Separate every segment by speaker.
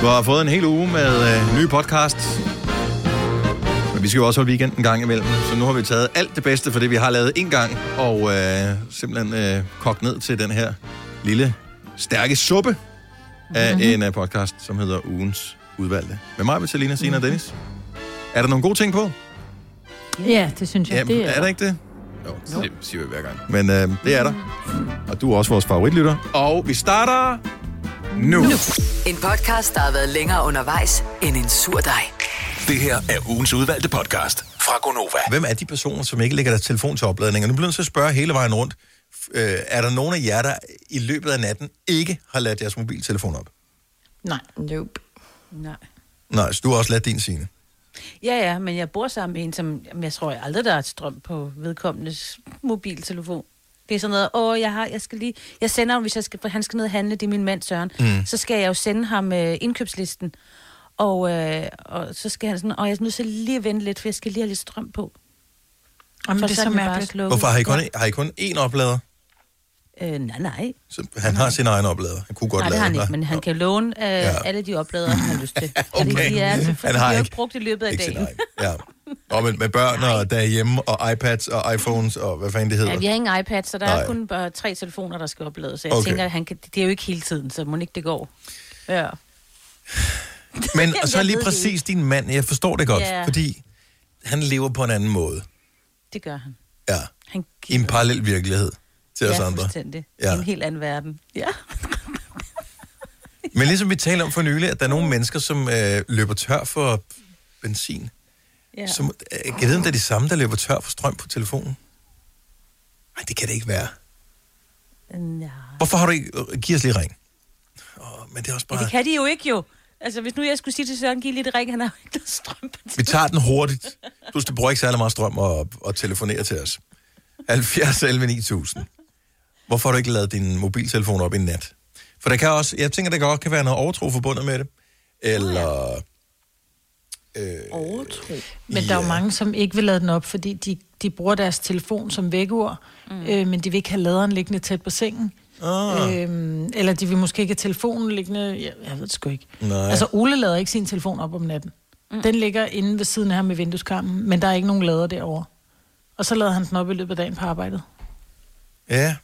Speaker 1: Du har fået en hel uge med øh, nye podcast. Men vi skal jo også holde weekend en gang imellem. Så nu har vi taget alt det bedste for det, vi har lavet en gang. Og øh, simpelthen øh, kogt ned til den her lille, stærke suppe af mm-hmm. en øh, podcast, som hedder Ugens Udvalgte. Med mig, Vitalina, Sina og Dennis. Er der nogle gode ting på?
Speaker 2: Ja, det synes jeg.
Speaker 1: Ja,
Speaker 2: det
Speaker 1: er der ikke det? Jo, det siger vi hver gang. Men øh, det er der. Og du er også vores favoritlytter. Og vi starter nu. nu.
Speaker 3: En podcast, der har været længere undervejs end en sur dej.
Speaker 4: Det her er ugens udvalgte podcast fra Gonova.
Speaker 1: Hvem er de personer, som ikke lægger deres telefon til opladning? Og nu bliver jeg så at spørge hele vejen rundt. F- Øh, er der nogen af jer, der i løbet af natten ikke har ladt jeres mobiltelefon op?
Speaker 2: Nej.
Speaker 5: Nope.
Speaker 2: Nej.
Speaker 1: Nej, så du har også ladt din sine.
Speaker 5: Ja, ja, men jeg bor sammen med en, som jamen, jeg tror jeg aldrig, der er et strøm på vedkommendes mobiltelefon. Det er sådan noget, åh, jeg, har, jeg skal lige... Jeg sender ham, hvis jeg skal, for han skal ned og handle, det er min mand Søren.
Speaker 6: Mm.
Speaker 5: Mm. Så skal jeg jo sende ham øh, indkøbslisten. Og, øh, og så skal han sådan, og jeg er nødt til lige at vente lidt, for jeg skal lige have lidt strøm på.
Speaker 2: Jamen,
Speaker 5: For
Speaker 2: det er så
Speaker 5: den bare
Speaker 2: mærkeligt.
Speaker 5: slukket.
Speaker 1: Hvorfor har I kun, har I kun én oplader?
Speaker 5: Øh, nej, nej.
Speaker 1: Så han har sin egen oplader. Han kunne godt
Speaker 5: Nej, det
Speaker 1: lade
Speaker 5: har han
Speaker 1: den,
Speaker 5: ikke, men han kan låne øh, ja. alle de opladere, han har lyst til. okay. Fordi de er,
Speaker 1: Han
Speaker 5: for de
Speaker 1: har
Speaker 5: har jo
Speaker 1: ikke-
Speaker 5: ikke brugt i løbet af dagen.
Speaker 1: Ja. Og med, med børn og derhjemme, og iPads og iPhones, og hvad fanden det hedder.
Speaker 5: Ja, vi har ingen iPad, så der
Speaker 1: Nej.
Speaker 5: er kun bare tre telefoner, der skal oplades. Så jeg
Speaker 1: Okay.
Speaker 5: okay. tænker, at han kan, det er jo ikke hele tiden, så må ikke det går. Ja.
Speaker 1: Men og
Speaker 5: Jamen,
Speaker 1: så
Speaker 5: jeg
Speaker 1: lige
Speaker 5: ved det
Speaker 1: præcis din mand, jeg forstår det godt,
Speaker 5: Ja.
Speaker 1: fordi han lever på en anden måde.
Speaker 5: Det gør han.
Speaker 1: Ja.
Speaker 5: Han
Speaker 1: I en parallel virkelighed til os
Speaker 5: ja,
Speaker 1: andre.
Speaker 5: fuldstændig.
Speaker 1: Ja.
Speaker 5: Ja. En helt anden verden. Ja.
Speaker 1: Men ligesom vi taler om for nylig, at der er nogle mennesker, som øh, løber tør for benzin.
Speaker 5: ja.
Speaker 1: Som, øh, kan jeg vide, om det er de samme, der løber tør for strøm på telefonen? Nej, det kan det ikke være.
Speaker 5: Ja.
Speaker 1: Hvorfor har du ikke... øh, Giv os lige ring. Oh, men det er også
Speaker 5: ja,
Speaker 1: bare...
Speaker 5: det kan de jo ikke jo. Altså, hvis nu jeg skulle sige til Søren, giv lige et ring, han har jo ikke noget strøm.
Speaker 1: Vi tager den hurtigt. Plus, det bruger ikke særlig meget strøm at, at telefonere til os. 70 11 9000. Hvorfor har du ikke lavet din mobiltelefon op i nat? For der kan også, jeg tænker, der godt kan være noget overtro forbundet med det. Eller... Øh,
Speaker 5: overtro.
Speaker 2: Men der er jo mange, som ikke vil lade den op, fordi de, de bruger deres telefon som vækkeord, mm. øh, men de vil ikke have laderen liggende tæt på sengen.
Speaker 1: Ah.
Speaker 2: Øhm, eller de vil måske ikke have telefonen liggende... Jeg, jeg ved det sgu ikke.
Speaker 1: Nej. Mhm.
Speaker 2: Altså, Ole lader ikke sin telefon op om natten. Mm. Den ligger inde ved siden af ham i vindueskarmen, men der er ikke nogen lader derovre. Og så lader han den op i løbet af dagen på arbejdet.
Speaker 1: øh, Ja.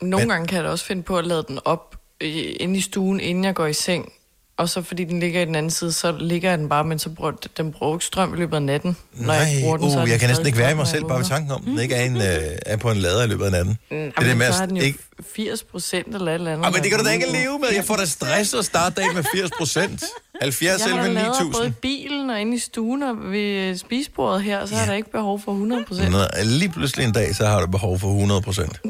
Speaker 6: Nogle men... gange kan jeg da også finde på at lade den op øh, inde i stuen, inden jeg går i seng. Og så fordi den ligger i den anden side, så ligger jeg den bare, men så bruger den bruger ikke strøm i løbet af natten. Når
Speaker 1: Nej,
Speaker 6: jeg bruger den, så er
Speaker 1: uh,
Speaker 6: den
Speaker 1: jeg kan næsten
Speaker 6: stadig
Speaker 1: ikke være i
Speaker 6: strøm, når
Speaker 1: mig
Speaker 6: jeg
Speaker 1: selv, bare ved
Speaker 6: vågner.
Speaker 1: tanken om, den ikke er, en, øh, er på en lader i løbet af natten. Mm, det
Speaker 6: Mm. Jamen,
Speaker 1: at
Speaker 6: så har den jo
Speaker 1: ikke...
Speaker 6: ikke... 80 procent eller et eller andet.
Speaker 1: Ah, men det kan du da ikke
Speaker 6: når jeg
Speaker 1: leve med. Jeg får da stress at starte dagen med 80 procent. 70
Speaker 6: Jeg har
Speaker 1: 11
Speaker 6: lavet
Speaker 1: 9000.
Speaker 6: både i bilen og inde i stuen og ved spisebordet her, så ja. er der ikke behov for 100 procent.
Speaker 1: Nå, lige pludselig en dag, så har du behov for 100 procent.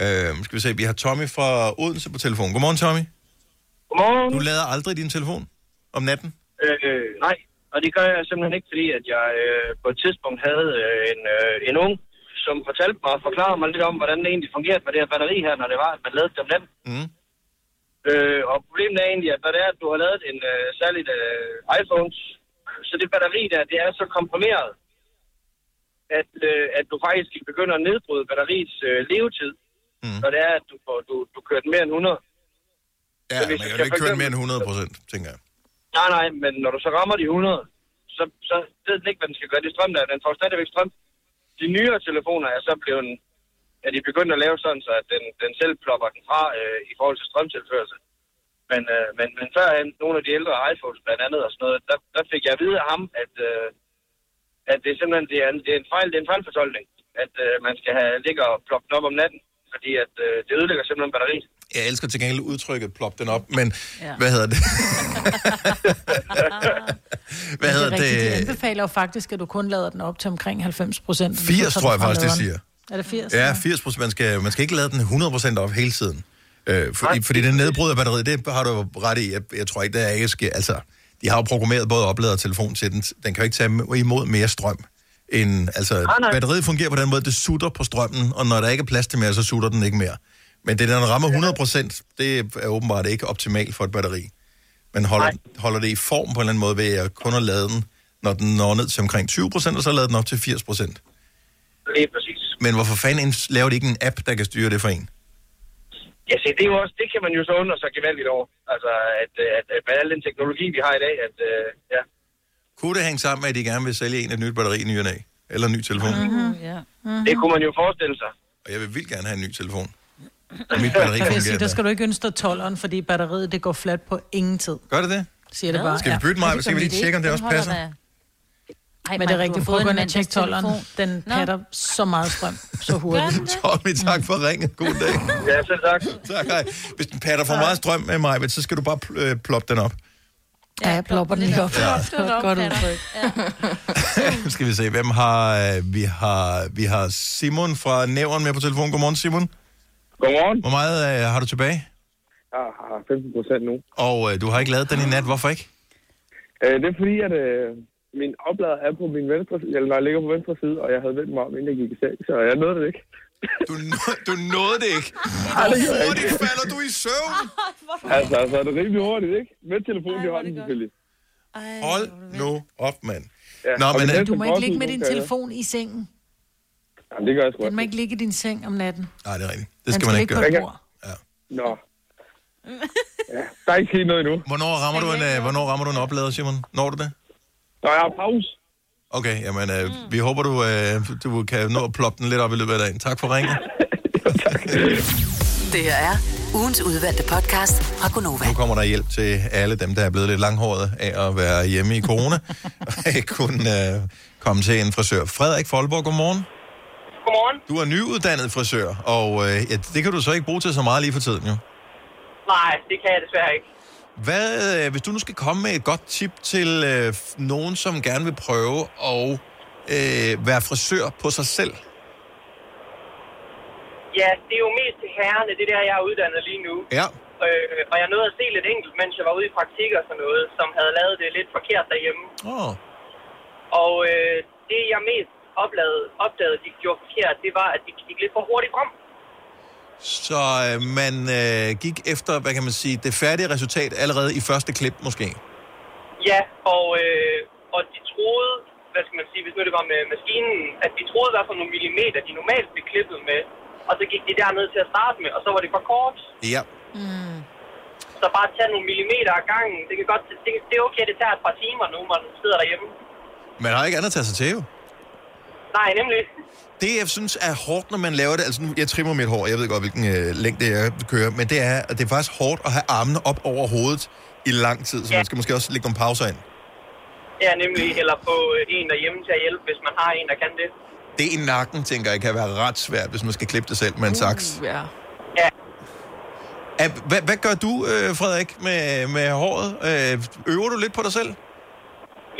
Speaker 1: Ja. øhm, skal vi se, vi har Tommy fra Odense på telefon. Godmorgen, Tommy.
Speaker 7: Godmorgen.
Speaker 1: Du lader aldrig din telefon om natten?
Speaker 7: Øh, nej, og det gør jeg simpelthen ikke, fordi at jeg øh, på et tidspunkt havde øh, en, øh, en ung, som fortalte mig og forklarede mig lidt om, hvordan det egentlig fungerede med det her batteri her, når det var, at man lavede dem nemt.
Speaker 1: Mm.
Speaker 7: Øh, og problemet er egentlig, at når det er, at du har lavet en øh, særligt øh, iPhones, så det batteri der, det er så komprimeret, at, øh, at du faktisk begynder at nedbryde batteriets øh, levetid, mm. når det er, at du, får, du, du kører den mere end 100.
Speaker 1: Ja,
Speaker 7: Så
Speaker 1: man
Speaker 7: hvis
Speaker 1: kan
Speaker 7: jeg
Speaker 1: jo ikke
Speaker 7: for
Speaker 1: køre den
Speaker 7: eksempel-
Speaker 1: mere end 100 procent, tænker jeg.
Speaker 7: Nej, nej, men når du så rammer de 100, så, så ved den ikke, hvad den skal gøre. Det strøm der, den får stadigvæk strøm. De nyere telefoner er så blevet, at de begyndt at lave sådan, så at den, den selv plopper den fra øh, i forhold til strømtilførsel. Men, øh, men, men førhen, nogle af de ældre iPhones blandt andet og sådan noget, der, der fik jeg at vide af ham, at, øh, at det er simpelthen det er en, det er en fejl, det er en fejlfortolkning, at øh, man skal have ligge og ploppe den op om natten, fordi at, øh, det ødelægger simpelthen batteriet.
Speaker 1: Jeg elsker til gengæld udtrykket, plop den op, men ja. hvad hedder det? hvad hedder
Speaker 2: det? er rigtigt. De
Speaker 1: det?
Speaker 2: anbefaler jo faktisk, at du kun lader den op til omkring 90 procent.
Speaker 1: 80 tror jeg faktisk, det siger.
Speaker 2: Er det 80?
Speaker 1: Ja, 80 procent. Man skal, man skal ikke lade den 100 procent op hele tiden. Øh, fordi, fordi den nedbryder batteriet, det har du jo ret i. Jeg, jeg tror ikke, der er ikke sker. Altså, de har jo programmeret både oplader og telefon til den. Den kan jo ikke tage imod mere strøm. End, altså,
Speaker 7: nej.
Speaker 1: batteriet fungerer på den måde, det sutter på strømmen, og når der ikke er plads til mere, så sutter den ikke mere. Men det, når den rammer 100 procent, det er åbenbart ikke optimalt for et batteri. Man holder, holder det i form på en eller anden måde ved at kun at lade den, når den når ned til omkring 20 procent, og så lade den op til 80 procent.
Speaker 7: Lige præcis.
Speaker 1: Men hvorfor fanden ens- laver de ikke en app, der kan styre det for en?
Speaker 7: Ja, se, det, er jo også, det kan man jo så undre sig gevaldigt over. Altså, at, øh, at, at med al den teknologi, vi har i dag, at øh, ja,
Speaker 1: Kunne det hænge sammen med, at de gerne vil sælge en et nyt batteri i ny og næ? Eller en ny telefon? Mm-hmm.
Speaker 5: Ja.
Speaker 7: det kunne man jo forestille sig.
Speaker 1: Og jeg vil vildt gerne have en ny telefon. Og mit batteri
Speaker 2: Jeg vil sige,
Speaker 1: fungerer
Speaker 2: der
Speaker 1: der.
Speaker 2: skal du ikke ønske dig 12'eren, fordi batteriet det går flat på ingen tid,
Speaker 1: Gør det det?
Speaker 2: siger det bare.
Speaker 1: Skal vi bytte mig, så
Speaker 5: Altså,
Speaker 1: skal vi lige
Speaker 5: mit
Speaker 1: tjekke, om det
Speaker 5: den
Speaker 1: også
Speaker 5: holder
Speaker 1: passer?
Speaker 5: da- Ej,
Speaker 2: Men det er rigtigt, prøv at gå ind og tjekke 12'eren. Den
Speaker 5: Nå.
Speaker 2: patter så meget strøm, så hurtigt.
Speaker 1: Tommy, tak for ringet. God dag.
Speaker 7: Ja, selv tak.
Speaker 1: Tak, hej. Hvis den patter for meget strøm med mig, så skal du bare pl- øh, ploppe den op.
Speaker 2: Ja, jeg plopper den lige op.
Speaker 5: Ja. Godt udtryk.
Speaker 1: Nu skal vi se, hvem har... øh, Vi har, vi har Simon fra Nævren med på telefon. Godmorgen, Simon.
Speaker 7: Godmorgen.
Speaker 1: Hvor meget øh, har du tilbage?
Speaker 7: Jeg har 15 procent nu.
Speaker 1: Og øh, du har ikke lavet den i nat. Hvorfor ikke?
Speaker 7: Øh, det er fordi, at øh, min oplader er på min venstre side, eller når jeg ligger på venstre side, og jeg havde vendt mig om, inden jeg gik i seng, så jeg nåede det ikke.
Speaker 1: Du, nå- du nåede det ikke. Hvor hurtigt falder du i søvn?
Speaker 7: Altså, altså, det er rimelig hurtigt, ikke? Med telefonen i hånden, selvfølgelig.
Speaker 1: Hold nu op, mand.
Speaker 7: Ja.
Speaker 1: Nå,
Speaker 7: og
Speaker 1: men,
Speaker 7: det er
Speaker 1: øh,
Speaker 7: den,
Speaker 2: Du
Speaker 7: som
Speaker 2: må
Speaker 7: også
Speaker 2: ikke ligge med
Speaker 7: udgår,
Speaker 2: din
Speaker 7: kan jeg.
Speaker 2: telefon i sengen.
Speaker 7: Jamen, det gør jeg sgu
Speaker 2: Den må
Speaker 7: også.
Speaker 2: ikke ligge i din seng om natten. Den
Speaker 1: Nej, det er rigtigt. Det skal man
Speaker 2: skal
Speaker 1: ikke
Speaker 2: ligge på
Speaker 1: gøre.
Speaker 2: et bord.
Speaker 7: Nå. Ja, der er ikke sket noget endnu.
Speaker 1: Hvornår rammer, du en, øh, hvornår rammer du en oplader, Simon? Når du det?
Speaker 7: Nå, jeg har pause.
Speaker 1: Okay, jamen, øh, vi håber, du, øh, du kan nå at ploppe den lidt op i løbet af dagen. Tak for ringen.
Speaker 3: Det her er ugens udvalgte podcast fra Gonova.
Speaker 1: Nu kommer der hjælp til alle dem, der er blevet lidt langhåret af at være hjemme i corona, og ikke kunne øh, komme til en frisør. Frederik Folborg, godmorgen.
Speaker 7: Godmorgen.
Speaker 1: Du er nyuddannet frisør, og øh, ja, det kan du så ikke bruge til så meget lige for tiden, jo.
Speaker 7: Nej, det kan jeg desværre ikke.
Speaker 1: Hvad, øh, hvis du nu skal komme med et godt tip til øh, f- nogen, som gerne vil prøve at øh, være frisør på sig selv?
Speaker 7: Ja, det er jo mest til herrerne, det er der, jeg er uddannet lige nu.
Speaker 1: Ja.
Speaker 7: Øh, og jeg nåede at se lidt enkelt, mens jeg var ude i praktik og sådan noget, som havde lavet det lidt forkert derhjemme.
Speaker 1: Oh.
Speaker 7: Og øh, det, jeg mest opdagede, opdagede, de gjorde forkert, det var, at de gik lidt for hurtigt frem.
Speaker 1: Så øh, man øh, gik efter, hvad kan man sige, det færdige resultat allerede i første klip måske?
Speaker 7: Ja, og, øh, og de troede, hvad skal man sige, hvis nu det var med maskinen, at de troede, hvad for nogle millimeter de normalt blev klippet med. Og så gik de derned til at starte med, og så var det for kort.
Speaker 1: Ja.
Speaker 7: Så bare tage nogle millimeter ad gangen. Det, kan godt, det, det er okay, det tager et par timer nu, man sidder derhjemme.
Speaker 1: Man har ikke andet at tage sig til, jo.
Speaker 7: Nej, nemlig.
Speaker 1: Det, jeg synes er hårdt, når man laver det, altså nu, jeg trimmer mit hår, jeg ved godt, hvilken øh, længde jeg kører, men det er, at det er faktisk hårdt at have armene op over hovedet i lang tid, så
Speaker 7: Ja.
Speaker 1: man skal måske også lægge nogle pauser ind.
Speaker 7: Ja, nemlig. Eller få øh, en derhjemme til at hjælpe, hvis man har en, der kan det.
Speaker 1: Det i nakken, tænker jeg, kan være ret svært, hvis man skal klippe det selv med en saks.
Speaker 6: Ja.
Speaker 1: Er, hvad, hvad gør du, øh, Frederik, med, med håret? Øh, øver du lidt på dig selv?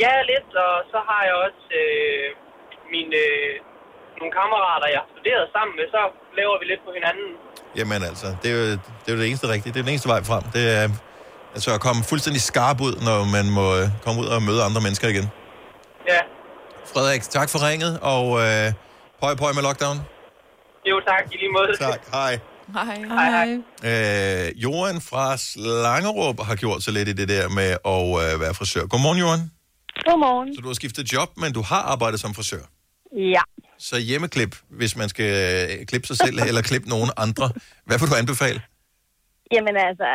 Speaker 7: Ja, lidt. Og så har jeg også øh, mine, øh, nogle kammerater, jeg har studeret sammen med. Så laver vi lidt på hinanden.
Speaker 1: Jamen altså, det er jo det, er jo det eneste rigtige. Det er den eneste vej frem. Det er altså at komme fuldstændig skarp ud, når man må øh, komme ud og møde andre mennesker igen.
Speaker 7: Ja,
Speaker 1: Frederik, tak for ringet, og øh, pøj pøj med lockdown.
Speaker 7: jo tak i lige måde.
Speaker 1: Tak, hej.
Speaker 6: Hej.
Speaker 7: Hej, hej.
Speaker 1: Øh, Johan fra Slangerup har gjort så lidt i det der med at øh, være frisør. Godmorgen, Johan.
Speaker 8: Godmorgen.
Speaker 1: Så du har skiftet job, men du har arbejdet som frisør.
Speaker 8: Ja.
Speaker 1: Så hjemmeklip, hvis man skal øh, klippe sig selv eller klippe nogen andre. Hvad vil du anbefale?
Speaker 8: Jamen altså,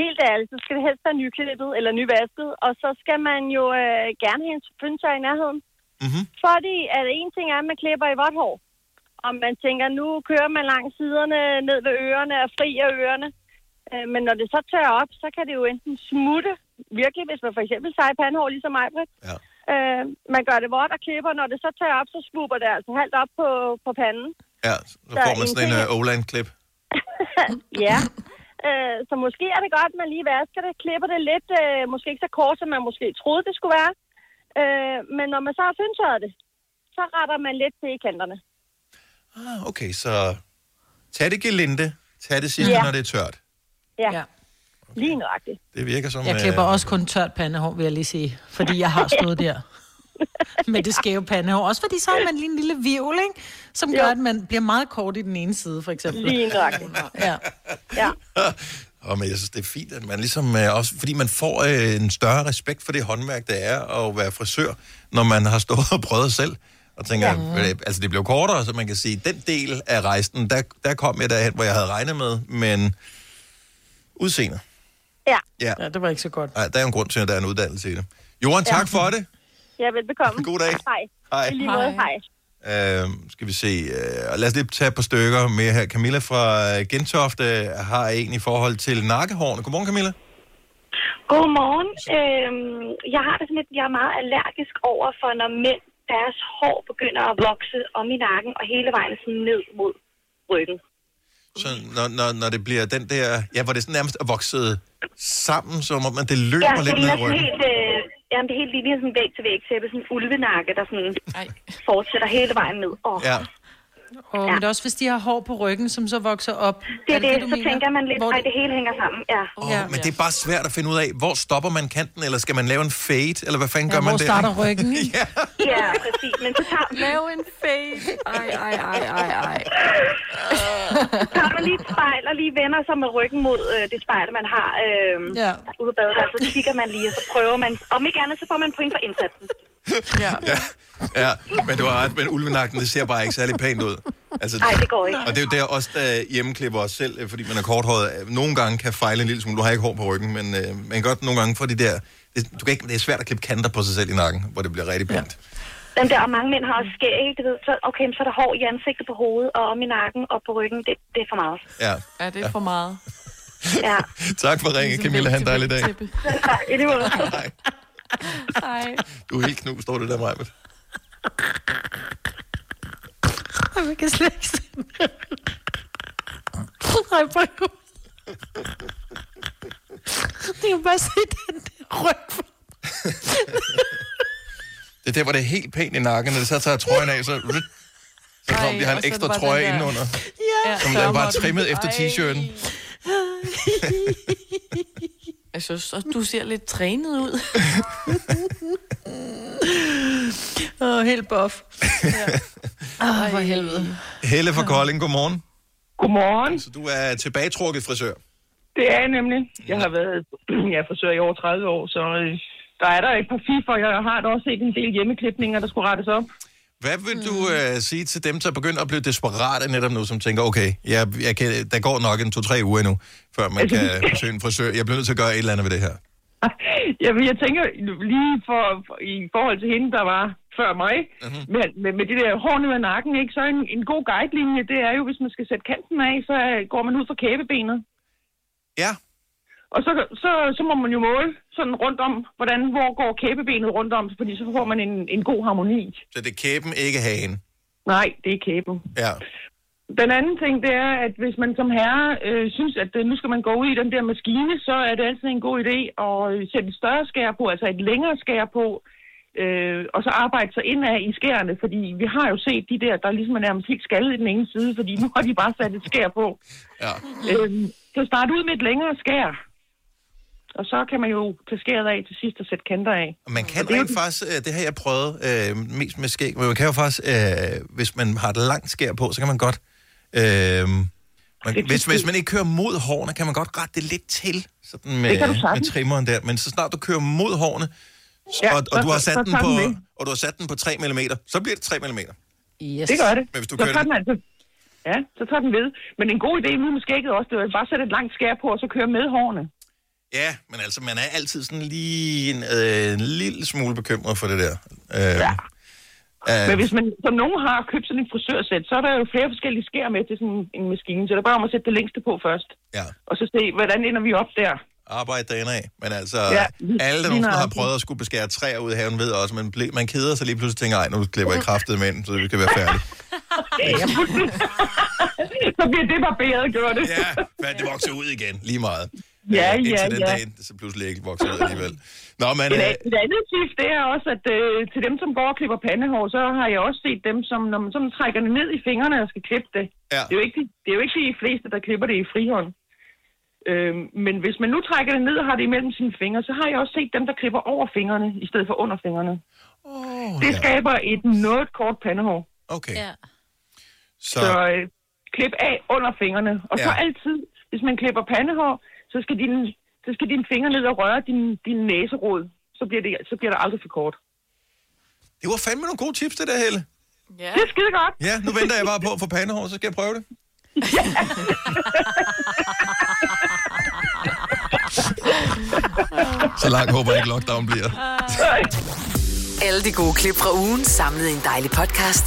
Speaker 8: helt ærligt, så skal det helst være nyklippet eller nyvasket, og så skal man jo øh, gerne have en pynser i nærheden.
Speaker 1: Mhm.
Speaker 8: Fordi at en ting er, at man klipper i vådt hår, og man tænker, nu kører man langs siderne ned ved ørerne og fri af ørerne. Øh, Men når det så tørrer op, så kan det jo enten smutte, virkelig, hvis man for eksempel sejer pandehår ligesom mig,
Speaker 1: Ja.
Speaker 8: øh, man gør det vådt og klipper, når det så tørrer op, så svupper det altså halvt op på, på panden.
Speaker 1: Ja, så
Speaker 8: Der
Speaker 1: får
Speaker 8: er
Speaker 1: man sådan en
Speaker 8: ingenting.
Speaker 1: øh, O-line-klip.
Speaker 8: Ja. Øh, så måske er det godt, at man lige vasker det, klipper det lidt, øh, måske ikke så kort, som man måske troede, det skulle være. Øh, men når man så har fyndtørret det, så retter man lidt til i kanterne.
Speaker 1: Ah, okay, så tag det gelinde, tag det sidste, ja.
Speaker 8: Ja.
Speaker 1: når det er tørt.
Speaker 8: Ja,
Speaker 2: Ja.
Speaker 8: ja. lige nøjagtigt.
Speaker 1: Det virker som...
Speaker 2: Jeg klipper
Speaker 1: øh,
Speaker 2: også kun tørt
Speaker 5: Mm.
Speaker 2: pandehår, vil jeg lige sige. Fordi jeg har stået der med det skæve pandehår. Også fordi så har man lige en lille virvel, ikke? Som gør, at man bliver meget kort i den ene side, for eksempel.
Speaker 8: Lige nøjagtigt.
Speaker 2: Ja.
Speaker 8: Ja.
Speaker 1: Og men jeg synes, det er fint, at man ligesom øh, også, fordi man får øh, en større respekt for det håndværk, der er at være frisør, når man har stået og prøvet selv. Og tænker, ja. altså det blev kortere, så man kan sige, den del af rejsen, der, der kom jeg derhen, hvor jeg havde regnet med, men udseendet.
Speaker 8: Ja,
Speaker 1: Ja,
Speaker 2: Ja, det var ikke så godt.
Speaker 1: Ej, der er jo en grund til, at der er en uddannelse i det. Johan, tak ja. for det.
Speaker 8: ja velbekomme.
Speaker 1: God dag.
Speaker 8: Hej.
Speaker 1: Hej.
Speaker 8: I lige måde,
Speaker 6: Hej.
Speaker 8: hej.
Speaker 1: Øh, skal vi se. Øh, og lad os lige tage et par stykker med her. Camilla fra øh, Gentofte har en i forhold til nakkehårene. Godmorgen, Camilla.
Speaker 9: Godmorgen. Øhm, jeg har det sådan lidt, jeg er meget allergisk over for, når mænd, deres hår begynder at vokse om i nakken og hele vejen sådan ned mod ryggen.
Speaker 1: Så når, når, når det bliver den der... Ja, hvor det sådan nærmest er vokset sammen, som om at det løber
Speaker 9: Ja,
Speaker 1: ja,
Speaker 9: det
Speaker 1: lidt ned
Speaker 9: ligner
Speaker 1: i
Speaker 9: sådan
Speaker 1: ryggen.
Speaker 9: helt, øh, jamen, det er helt lige sådan væg til væg tæppe, sådan en ulvenakke, der sådan
Speaker 6: Ej.
Speaker 9: fortsætter hele vejen ned. Og
Speaker 1: Ja.
Speaker 2: Og, ja. Men det er også, hvis de har hår på ryggen, som så vokser op.
Speaker 9: det
Speaker 2: Er
Speaker 9: er det,
Speaker 2: du
Speaker 9: så
Speaker 2: mener?
Speaker 9: tænker man lidt,
Speaker 2: Hvor
Speaker 9: at det... det hele hænger sammen. Ja.
Speaker 1: Oh,
Speaker 2: Ja.
Speaker 1: ja, men det er bare svært at finde ud af, hvor stopper man kanten, eller skal man lave en fade, eller hvad fanden
Speaker 2: ja,
Speaker 1: gør
Speaker 2: hvor
Speaker 1: man der?
Speaker 2: starter ryggen? ikke?
Speaker 1: Ja,
Speaker 9: ja, præcis. Men så tager,
Speaker 6: Lav en face. Ej, ej, ej, ej, ej.
Speaker 9: tager man lige et spejl og lige vender sig med ryggen mod øh, det spejl, man har øh, ja.
Speaker 2: Ja.
Speaker 9: ude på badet, og så kigger man lige, og så prøver man. Om ikke andet, så får man point for indsatsen.
Speaker 6: Ja.
Speaker 1: ja. men du har ret, men ulvenakken, det ser bare ikke særlig pænt ud. Altså,
Speaker 9: Nej, det går ikke.
Speaker 1: Og det er jo der også, der hjemmeklipper os selv, øh, fordi man er korthåret, øh, nogle gange kan fejle en lille smule. Du har ikke hår på ryggen, men øh, man kan godt nogle gange få de der... Det, du kan ikke, det er svært at klippe kanter på sig selv i nakken, hvor det bliver rigtig pænt.
Speaker 9: Jamen der, og mange mænd har også skæg, ikke? Du ved, så, okay, men så er der hår i ansigtet på hovedet, og om i nakken og på ryggen. Det, det er for meget.
Speaker 1: Ja.
Speaker 6: Ja, det er for meget.
Speaker 9: Ja.
Speaker 1: Tak for ringen, Camilla. Han en dejlig dag.
Speaker 9: I det måde.
Speaker 1: Hej.
Speaker 6: Hej.
Speaker 1: Du er helt knust over det der, Majbet.
Speaker 2: Ej, man kan slet ikke se det. Ej, prøv at gå. Det kan bare se den der ryg.
Speaker 1: Det er der, hvor det er helt pænt i nakken, når det så tager trøjen af, så... Så kom,
Speaker 6: Ej,
Speaker 1: de har en
Speaker 6: og så er
Speaker 1: ekstra
Speaker 6: det bare
Speaker 1: trøje
Speaker 6: den der-
Speaker 1: indenunder,
Speaker 6: Ja,
Speaker 1: som den bare er trimmet efter t-shirten.
Speaker 6: Jeg synes også, du ser lidt trænet ud.
Speaker 2: Åh, oh, helt buff. Ja. Åh, for helvede.
Speaker 1: Helle fra Kolding, godmorgen.
Speaker 10: Godmorgen.
Speaker 1: Så du er tilbagetrukket frisør.
Speaker 10: Det er jeg nemlig. Jeg har været jeg er frisør i over 30 år, så øh, der er der et par fifer. Jeg har da også set en del hjemmeklipninger, der skulle rettes op.
Speaker 1: Hvad vil du
Speaker 10: Mm.
Speaker 1: øh, sige til dem, der begynder at blive desperate netop nu, som tænker, okay, jeg, jeg kan, der går nok en to-tre uger endnu, før man
Speaker 10: Altså,
Speaker 1: kan besøge en frisør. Jeg bliver nødt til at gøre et eller andet ved det her.
Speaker 10: Jamen, jeg tænker lige for, for, i forhold til hende, der var før mig, uh-huh. med, med, med det der hår ned ad nakken, ikke? så en, en god guidelinje, det er jo, hvis man skal sætte kanten af, så øh, går man ud fra kæbebenet.
Speaker 1: Ja,
Speaker 10: Og så, så, så må man jo måle sådan rundt om, hvordan, hvor går kæbebenet rundt om, fordi så får man en, en god harmoni.
Speaker 1: så det er kæben, ikke hagen.
Speaker 10: Nej, det er kæben.
Speaker 1: Ja.
Speaker 10: Den anden ting, det er, at hvis man som herre øh, synes, at øh, nu skal man gå ud i den der maskine, så er det altid en god idé at øh, sætte et større skær på, altså et længere skær på, øh, og så arbejde sig indad i skærene, fordi vi har jo set de der, der ligesom er nærmest helt skaldet i den ene side, fordi nu har de bare sat et skær på.
Speaker 1: ja.
Speaker 10: Øh, så start ud med et længere skær, og så kan man jo tage skæret af til sidst og sætte kanter af.
Speaker 1: Og Man kan rent faktisk, øh, det har jeg prøvet øh, mest med skæg, men man kan jo faktisk, øh, hvis man har et langt skær på, så kan man godt, øh, man, hvis, hvis man ikke kører mod hårene, kan man godt rette det lidt til, sådan med,
Speaker 10: Det kan du
Speaker 1: med
Speaker 10: sagtens.
Speaker 1: trimmeren der, men så snart du kører mod hårene, s-
Speaker 10: Ja,
Speaker 1: og, og,
Speaker 10: så-
Speaker 1: du har
Speaker 10: så-
Speaker 1: sat
Speaker 10: så
Speaker 1: den
Speaker 10: tager
Speaker 1: på,
Speaker 10: den med.
Speaker 1: og du har sat den på 3 mm, så bliver det 3 mm.
Speaker 2: Yes.
Speaker 10: Det gør det.
Speaker 1: Men hvis du
Speaker 10: så
Speaker 1: kører
Speaker 10: tager
Speaker 1: den-
Speaker 10: den altså... Ja, så tager den ved. Men en god idé nu med skægget også, det er jo bare at sætte et langt skær på, og så køre med hårene.
Speaker 1: Ja, men altså, man er altid sådan lige en, øh, en lille smule bekymret for det der. Øh, ja.
Speaker 10: Men hvis man, som nogen har købt sådan en frisørsæt, så er der jo flere forskellige skær med til sådan en maskine, så det er bare om at sætte det længste på først,
Speaker 1: ja.
Speaker 10: og så se, hvordan ender vi op der.
Speaker 1: arbejde dagen af. Men altså, ja,
Speaker 10: Ja,
Speaker 1: alle, der
Speaker 10: lige
Speaker 1: nogensinde har
Speaker 10: nøjagtigt.
Speaker 1: prøvet at skulle beskære træer ud i haven, ved også, man, ble, man keder sig lige pludselig og tænker, ej, nu klipper jeg kraftet med ind, så vi kan være færdige.
Speaker 10: så bliver det barberet, gjort det.
Speaker 1: Ja, men det vokser ud igen, lige meget.
Speaker 10: Ja,
Speaker 1: Øh,
Speaker 10: ja,
Speaker 1: Indtil den
Speaker 10: ja.
Speaker 1: dag, så pludselig ikke vokser ud alligevel. Nå, men...
Speaker 10: Et,
Speaker 1: Øh,
Speaker 10: a- et andet tip, det er også, at øh, til dem, som går og klipper pandehår, så har jeg også set dem, som når man sådan trækker det ned i fingrene og skal klippe det.
Speaker 1: Ja.
Speaker 10: Det, er jo ikke, de- det er jo ikke de fleste, der klipper det i frihånd. Øh, men hvis man nu trækker det ned og har det imellem sine fingre, så har jeg også set dem, der klipper over fingrene i stedet for under fingrene.
Speaker 1: åh,
Speaker 10: Det
Speaker 1: ja.
Speaker 10: skaber et noget kort pandehår.
Speaker 1: Okay,
Speaker 5: Ja.
Speaker 1: så...
Speaker 10: Så øh, klip af under fingrene. Og så
Speaker 1: Ja.
Speaker 10: altid, hvis man klipper pandehår, så skal din, så skal dine fingre ned og røre din, din næserod. Så bliver, det, så bliver det aldrig for kort.
Speaker 1: Det var fandme nogle gode tips, det der, Helle.
Speaker 6: Ja.
Speaker 10: Det er skide godt.
Speaker 1: Ja, nu venter jeg bare på at få pandehår, så skal jeg prøve det. Så langt håber jeg ikke lockdown bliver.
Speaker 3: Alle de gode klip fra ugen samlet i en dejlig podcast.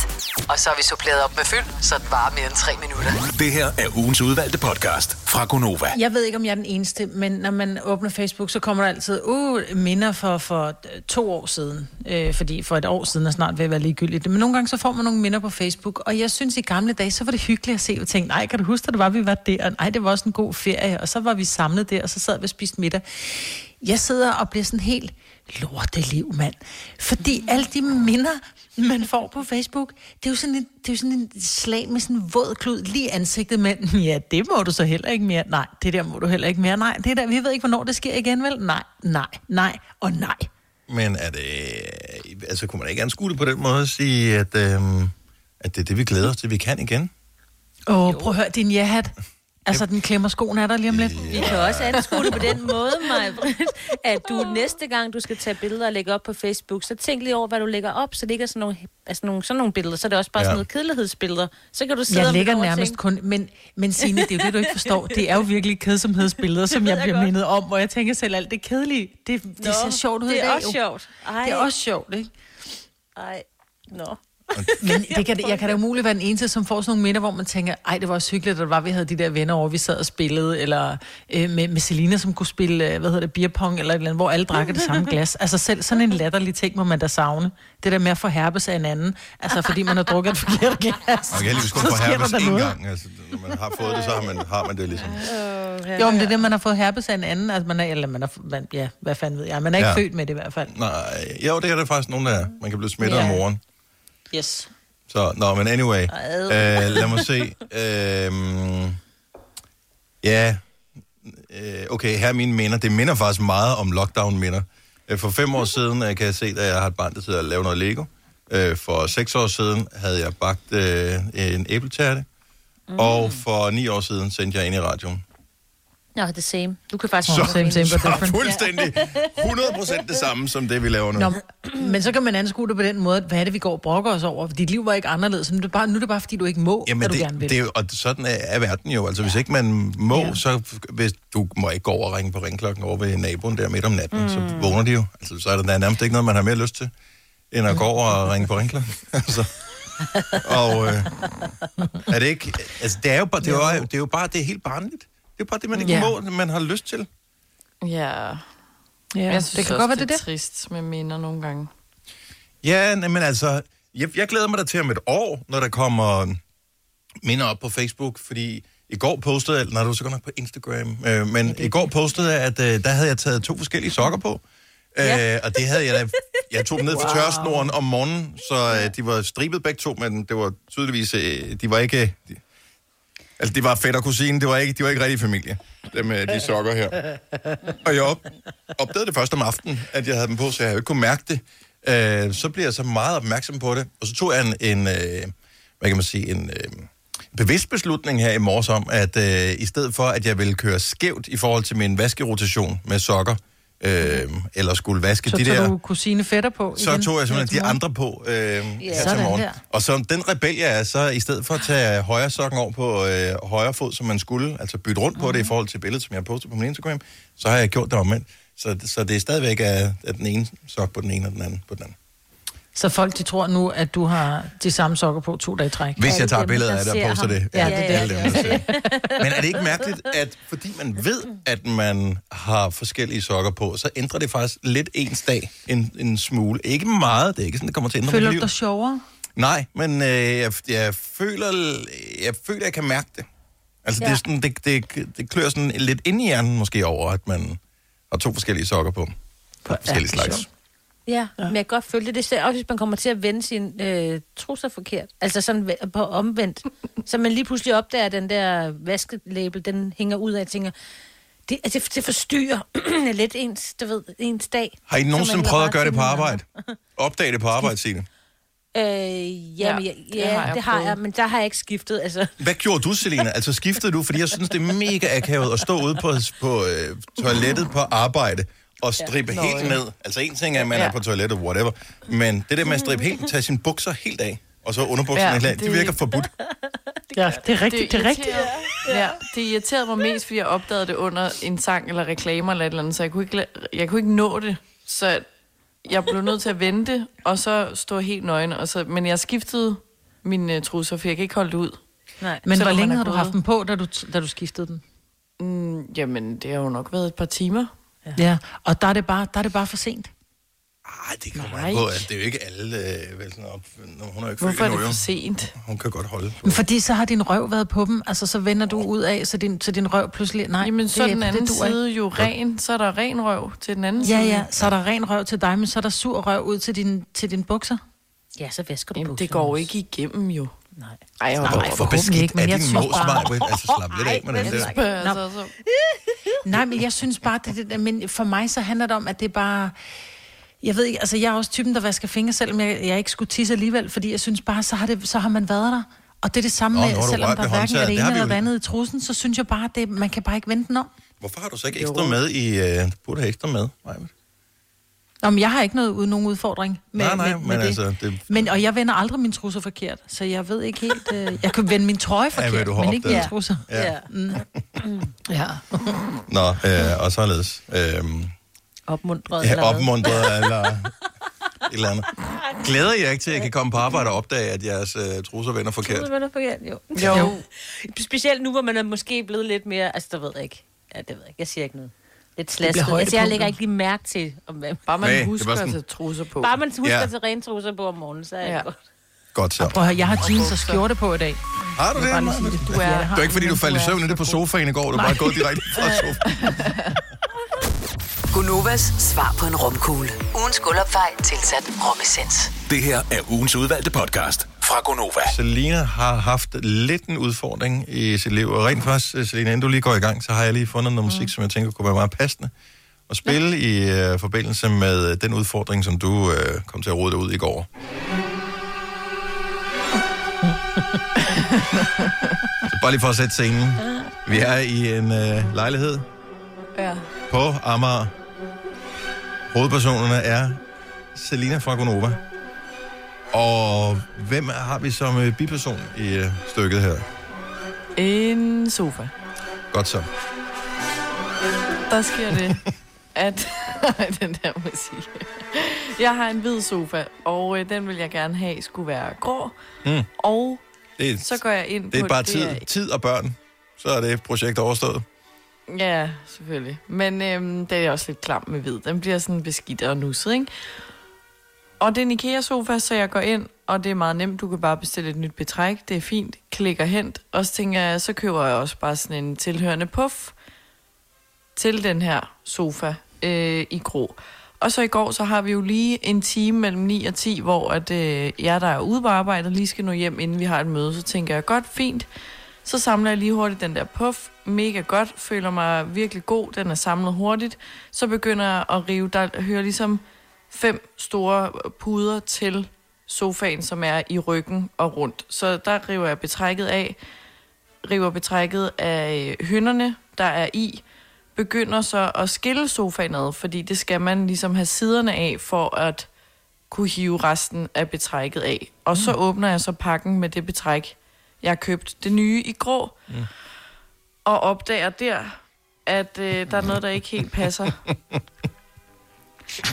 Speaker 3: Og så har vi suppleret op med fyld, så det varer mere end tre minutter.
Speaker 4: Det her er ugens udvalgte podcast fra Gonova.
Speaker 2: Jeg ved ikke, om jeg er den eneste, men når man åbner Facebook, så kommer der altid uh, minder for, for to år siden. Øh, fordi for et år siden er snart ved at være ligegyldigt. Men nogle gange så får man nogle minder på Facebook. Og jeg synes, i gamle dage, så var det hyggeligt at se og tænke, nej, kan du huske, at det var, vi var der? Nej, det var også en god ferie. Og så var vi samlet der, og så sad vi og spiste middag. Jeg sidder og bliver sådan helt lorteliv, mand. Fordi alle de minder, man får på Facebook, det er jo sådan en, det er jo sådan en slag med sådan en våd klud lige i ansigtet med, ja, det må du så heller ikke mere. Nej, det der må du heller ikke mere. Nej, det der, vi ved ikke, hvornår det sker igen, vel? Nej, nej, nej og nej.
Speaker 1: Men er det... Altså, kunne man ikke anskue det på den måde og sige, at, øhm, at det er det, vi glæder os til, vi kan igen?
Speaker 2: Åh, oh, prøv at høre, din jahat. Altså, den klemmer skoen af dig lige om lidt.
Speaker 5: Vi kan også anskue det på den måde, Maja, at du næste gang, du skal tage billeder og lægge op på Facebook, så tænk lige over, hvad du lægger op, så det ikke er sådan nogle, altså nogle, sådan nogle billeder, så er det også bare
Speaker 2: Ja.
Speaker 5: sådan nogle kedelighedsbilleder. Så kan du sidde
Speaker 2: Jeg
Speaker 5: om et
Speaker 2: ligger
Speaker 5: år og
Speaker 2: nærmest
Speaker 5: tænke,
Speaker 2: kun... Men, men Signe, det er jo det, du ikke forstår. Det er jo virkelig kedsomhedsbilleder, som
Speaker 5: ved
Speaker 2: jeg
Speaker 5: jeg
Speaker 2: bliver
Speaker 5: godt.
Speaker 2: mindet om, hvor jeg tænker selv, alt det kedelige, det, det
Speaker 5: Nå,
Speaker 2: ser sjovt ud
Speaker 5: det
Speaker 2: i
Speaker 5: er
Speaker 2: dag,
Speaker 5: også
Speaker 2: jo.
Speaker 5: sjovt. Ej.
Speaker 2: Det er også sjovt, ikke?
Speaker 5: Ej, nå.
Speaker 2: Men det kan, jeg kan da umuligt være den eneste, som får sådan nogle minder, hvor man tænker, ej, det var også hyggeligt, at det var, vi havde de der venner over, vi sad og spillede, eller øh, med, med Selina, som kunne spille, øh, hvad hedder det, beerpong, eller et eller andet, hvor alle drak af det samme glas. Altså selv sådan en latterlig ting må man da savne. Det der med at få herpes af en anden, altså fordi man har drukket et forkert glas.
Speaker 1: Man kan heldigvis kun
Speaker 2: Så
Speaker 1: få
Speaker 2: sker der
Speaker 1: herpes
Speaker 2: da
Speaker 1: én
Speaker 2: noget.
Speaker 1: gang. Altså, når man har fået det, så har man, har man det ligesom.
Speaker 2: Jo, men det er det, man har fået herpes af en anden. Altså, man er, eller man er, man, ja, hvad fanden ved jeg. Man er ikke
Speaker 1: Ja.
Speaker 2: ja. født med det i hvert fald.
Speaker 1: Nej, jo, det er der faktisk nogen, der er. Man kan blive smittet
Speaker 2: Ja.
Speaker 1: om morgenen.
Speaker 2: Yes.
Speaker 1: Så, nå, men anyway.
Speaker 2: Ej.
Speaker 1: Øh, lad mig se. Øh, ja, øh, okay, her er mine minder. Det minder faktisk meget om lockdown-minder. Øh, For fem år siden øh, kan jeg se, at jeg har et barn, der sidder og laver noget Lego. Øh, for seks år siden havde jeg bagt øh, en æbletærte. Mm. Og for ni år siden sendte jeg ind i radioen.
Speaker 5: Nå, the same. Du kan faktisk...
Speaker 2: Så-
Speaker 5: godt
Speaker 2: Same, same, but
Speaker 5: finde-
Speaker 2: different.
Speaker 1: Fuldstændig 100% det samme, som det vi laver nu.
Speaker 2: Nå, men så kan man anskue det på den måde, at hvad er det, vi går og brokker os over? Dit liv var ikke anderledes, men det er bare, nu er det bare, fordi du ikke må,
Speaker 1: Jamen,
Speaker 2: Jamen hvad du
Speaker 1: det,
Speaker 2: gerne vil.
Speaker 1: det er jo, og sådan er, er verden jo. Altså, ja. hvis ikke man må, ja. så hvis, du må ikke gå over og ringe på ringklokken over ved naboen der midt om natten, mm. så vågner de jo. Altså, så er det nærmest ikke noget, man har mere lyst til, end at gå over og ringe på ringklokken. altså. Og øh, er det ikke... Altså, det er jo bare det, er, jo- det, er jo bare, det er helt barnligt. Det er bare det, man ikke
Speaker 6: Ja.
Speaker 1: ja. må, man har lyst til.
Speaker 6: Ja.
Speaker 2: Ja,
Speaker 6: jeg synes
Speaker 2: det kan
Speaker 6: også,
Speaker 2: godt være, det
Speaker 6: det
Speaker 2: er
Speaker 6: er trist med minder nogle gange.
Speaker 1: Ja, nej, men altså, jeg, jeg glæder mig da til om et år, når der kommer minder op på Facebook, fordi i går postede jeg, nej, det var så godt nok på Instagram, øh, men i går postede jeg, at øh, der havde jeg taget to forskellige sokker på, øh, og det havde jeg da, jeg tog dem ned fra
Speaker 11: Wow.
Speaker 1: tørsnoren om morgenen, så øh, de var stribet begge to, men det var tydeligvis, øh, de var ikke, de, altså det var fætter og kusine, det var ikke, de var ikke rigtig familie, dem, øh, de sokker her. Og jeg op- opdagede det først om aftenen, at jeg havde dem på, så jeg havde jo ikke kunne mærke det. Øh, så blev jeg så meget opmærksom på det, og så tog jeg en, en øh, hvad kan man sige, en øh, bevidst beslutning her i morges om, at øh, i stedet for, at jeg ville køre skævt i forhold til min vaskerotation med sokker, øh, eller skulle vaske
Speaker 2: Så
Speaker 1: de
Speaker 2: tager
Speaker 1: der...
Speaker 2: du kusine fætter på
Speaker 1: Så
Speaker 2: igen.
Speaker 1: tog jeg simpelthen
Speaker 2: næste
Speaker 1: de andre på
Speaker 2: morgen.
Speaker 1: øh, her til
Speaker 2: Sådan
Speaker 1: morgen.
Speaker 2: der.
Speaker 1: Og som den rebel jeg er, så i stedet for at tage højre sokken over på øh, højre fod, som man skulle, altså bytte rundt på det i
Speaker 2: Mhm.
Speaker 1: forhold til billedet, som jeg har postet på min Instagram, så har jeg gjort det omvendt. Så, så det er stadigvæk af, af den ene sok på den ene og den anden på den anden.
Speaker 2: Så folk, de tror nu, at du har de samme sokker på to dage i træk.
Speaker 1: Hvis jeg tager billeder af det og poster det.
Speaker 2: Ja, det er det.
Speaker 1: Alle dem, der ser. Men er det ikke mærkeligt, at fordi man ved, at man har forskellige sokker på, så ændrer det faktisk lidt ens dag en, en smule. Ikke meget, det er ikke sådan, det kommer til at ændre
Speaker 2: Føler
Speaker 1: mit
Speaker 2: du
Speaker 1: liv.
Speaker 2: dig sjovere?
Speaker 1: Nej, men øh, jeg, jeg, føler, jeg føler, jeg kan mærke det. Altså, ja. det, er
Speaker 2: Ja.
Speaker 1: sådan, det, det, det klør sådan lidt ind i hjernen måske over, at man har to forskellige sokker på. på forskellige
Speaker 2: det er
Speaker 1: slags.
Speaker 5: Ja, men jeg kan godt følge det. Det er også, hvis man kommer til at vende sin øh, trusser forkert. Altså sådan ve- på omvendt. Så man lige pludselig opdager, at den der vaskelabel, den hænger ud af, og tænker, det, altså, det forstyrrer lidt ens, du ved, ens dag.
Speaker 1: Har I
Speaker 5: Så man
Speaker 1: nogensinde
Speaker 5: hellere
Speaker 1: prøvet
Speaker 5: bare
Speaker 1: at gøre det på
Speaker 5: finde noget
Speaker 1: arbejde? Opdag det på arbejde, Signe.
Speaker 5: Øh, ja,
Speaker 6: Ja,
Speaker 5: ja, men, jeg,
Speaker 6: det
Speaker 5: ja det,
Speaker 6: har
Speaker 5: har
Speaker 6: jeg
Speaker 5: det har
Speaker 6: prøvet.
Speaker 5: jeg, men der har jeg ikke skiftet. Altså.
Speaker 1: Hvad gjorde du, Selina? Altså, skiftede du? Fordi jeg synes, det er mega akavet at stå ude på, på øh, toilettet på arbejde og strippe
Speaker 6: Nå,
Speaker 1: ja. helt
Speaker 6: ja.
Speaker 1: ned. Altså, en ting er, at man ja.
Speaker 6: Ja.
Speaker 1: er på toilettet, whatever. Men det der med at strippe helt, tage sine bukser helt af. og så underbukserne ja,
Speaker 6: Ja,
Speaker 1: klar. Det
Speaker 6: det-
Speaker 1: virker forbudt.
Speaker 11: Ja, det er rigtigt, det er rigtigt.
Speaker 6: irriterede- Ja, det irriterede mig mest, fordi jeg opdagede det under en sang eller reklamer eller et eller andet, så jeg kunne ikke, la- jeg kunne ikke nå det. Så jeg blev nødt til at vente, og så stå helt nøgen. Og så, men jeg skiftede mine øh, trusser, for jeg kan ikke holde det ud.
Speaker 5: Nej.
Speaker 2: Men hvor
Speaker 6: Selvom man
Speaker 2: længe
Speaker 6: er
Speaker 2: har du
Speaker 6: gået-
Speaker 2: haft dem på, da du, da du skiftede dem?
Speaker 6: Mm, jamen, det har jo nok været et par timer.
Speaker 2: Ja. ja. Og der er, det bare, der er det bare for sent.
Speaker 1: Nej, det kommer
Speaker 2: Nej.
Speaker 1: an på. at Det er jo ikke alle, øh, vel sådan op. Nå, Hun er jo ikke
Speaker 2: Hvorfor
Speaker 1: født
Speaker 2: er det
Speaker 1: endnu,
Speaker 2: for
Speaker 1: jo.
Speaker 6: sent?
Speaker 1: Hun kan godt holde.
Speaker 2: Men fordi så har din røv været på dem, altså så vender du ud af, så din, så din røv pludselig... Nej,
Speaker 6: Jamen, så er den anden
Speaker 2: duer ikke.
Speaker 6: side jo ren, så er der ren røv til den anden
Speaker 2: Ja,
Speaker 6: side.
Speaker 2: ja, så er der ren røv til dig, men så er der sur røv ud til din, til din bukser.
Speaker 5: Ja, så vasker du
Speaker 6: Jamen, det går jo ikke igennem, jo. Nej. Ej, jeg
Speaker 1: Nej, hvor beskidt ikke, men er din mors Maja? Altså, slap lidt af med den der.
Speaker 2: Nå. Nej, men jeg synes bare, det, det, men for mig så handler det om, at det er bare... Jeg ved ikke, altså jeg er også typen, der vasker fingre, selvom jeg, jeg ikke skulle tisse alligevel, fordi jeg synes bare, så har, det, så har man været der. Og det er det samme
Speaker 1: Nå,
Speaker 2: Nå, med,
Speaker 1: nu har du
Speaker 2: selvom
Speaker 1: rørt
Speaker 2: der
Speaker 1: ved
Speaker 2: hverken er
Speaker 1: håndtaget,
Speaker 2: det
Speaker 1: det har
Speaker 2: ene
Speaker 1: vi
Speaker 2: eller det
Speaker 1: jo-
Speaker 2: andet i trussen, så synes jeg bare, at man kan bare ikke vente den om.
Speaker 1: Hvorfor har du så ikke ekstra med i... Øh, du burde have ekstra med, Maja.
Speaker 2: Nå, men jeg har ikke noget uden nogen udfordring. Med,
Speaker 1: Nej, nej,
Speaker 2: med,
Speaker 1: men,
Speaker 2: med det.
Speaker 1: altså... Det,
Speaker 2: Men, og jeg vender aldrig mine trusser forkert, så jeg ved ikke helt... Øh, jeg kan vende min trøje
Speaker 1: hvad
Speaker 2: forkert,
Speaker 1: du har
Speaker 2: men ikke mine
Speaker 1: opdaget.
Speaker 2: trusser.
Speaker 1: Ja. Ja.
Speaker 2: Mm. ja.
Speaker 1: nå, øh, og således. Øh,
Speaker 5: Opmuntret
Speaker 1: ja,
Speaker 5: eller hvad?
Speaker 1: opmuntret eller et eller andet. Glæder jeg ikke til, at jeg kan komme på arbejde og opdage, at jeres øh, trusser vender forkert?
Speaker 5: Troede man er forkert, jo.
Speaker 1: Jo.
Speaker 5: Specielt nu, hvor man er måske blevet lidt mere... Altså, der ved jeg ikke. Ja, det ved jeg ikke. Jeg siger ikke noget. Lidt slasket.
Speaker 6: højdepunktet.
Speaker 5: Altså, jeg lægger ikke lige mærke til, om man... Bare
Speaker 6: man Nej, det er husker bare at sådan- tage trusser på.
Speaker 5: Bare man husker
Speaker 1: Ja.
Speaker 5: ja. at tage rene trusser på om morgenen, så er ja. det godt.
Speaker 1: Godt så.
Speaker 2: Prøv at høre, jeg har jeans og skjorte på i dag.
Speaker 1: Har du
Speaker 2: Jeg
Speaker 1: det?
Speaker 2: vil bare lige sige
Speaker 1: Maja?
Speaker 2: det.
Speaker 1: Det
Speaker 2: Ja, det har
Speaker 1: er
Speaker 2: jeg,
Speaker 1: ikke, fordi du
Speaker 2: men
Speaker 1: faldt i
Speaker 2: er
Speaker 1: søvn i det på sofaen i går. Du er bare
Speaker 2: Nej.
Speaker 1: gået direkte fra sofaen.
Speaker 3: Gunovas svar på en romkugle. Ugens guldopfej tilsat romessens.
Speaker 4: Det her er ugens udvalgte podcast fra Gonova.
Speaker 1: Selina har haft lidt en udfordring i sit liv, og rent faktisk, øh, Selina, inden du lige går i gang, så har jeg lige fundet noget musik, som jeg tænker kunne være meget passende at spille i øh, forbindelse med øh, den udfordring, som du øh, kom til at rode dig ud i går. så bare lige for at sætte scenen. Vi er i en øh, lejlighed
Speaker 6: Ja.
Speaker 1: på Amager. Hovedpersonerne er Selina fra Gonova. Og hvem har vi som øh, biperson i øh, stykket her?
Speaker 6: En sofa.
Speaker 1: Godt så.
Speaker 6: Der sker det, at... Ej, den der musik. Jeg har en hvid sofa, og øh, den vil jeg gerne have skulle være grå.
Speaker 1: Mm.
Speaker 6: Og
Speaker 1: Det er,
Speaker 6: så går jeg ind
Speaker 1: det
Speaker 6: på...
Speaker 1: er bare tid,
Speaker 6: er-
Speaker 1: tid og børn. Så er det projekt overstået.
Speaker 6: Ja, selvfølgelig. Men øhm, det er også lidt klam med hvid. Den bliver sådan beskidt og nusset, ikke? Og det er en IKEA-sofa, så jeg går ind, og det er meget nemt. Du kan bare bestille et nyt betræk. Det er fint. Klikker hent. Og så tænker jeg, så køber jeg også bare sådan en tilhørende puff til den her sofa øh, i grå. Og så i går, så har vi jo lige en time mellem 9 og 10, hvor at, øh, jeg, der er ude på arbejde, lige skal nå hjem, inden vi har et møde. Så tænker jeg, godt, fint. Så samler jeg lige hurtigt den der puff. Mega godt. Føler mig virkelig god. Den er samlet hurtigt. Så begynder jeg at rive. Der hører ligesom fem store puder til sofaen, som er i ryggen og rundt. Så der river jeg betrækket af. River betrækket af hønderne, der er i. Begynder så at skille sofaen ad, fordi det skal man ligesom have siderne af for at kunne hive resten af betrækket af. Og så åbner jeg så pakken med det betræk, jeg har købt. Det nye i grå.
Speaker 12: Mm.
Speaker 6: Og opdager der, at øh, der er noget, der ikke helt passer.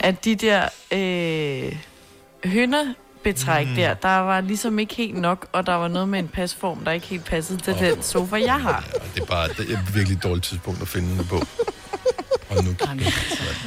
Speaker 6: At de der øh, hønnebetræk mm. der, der var ligesom ikke helt nok, og der var noget med en pasform, der ikke helt passede til den sofa, jeg har.
Speaker 1: Og det er bare det er et virkelig dårligt tidspunkt at finde det på. Og nu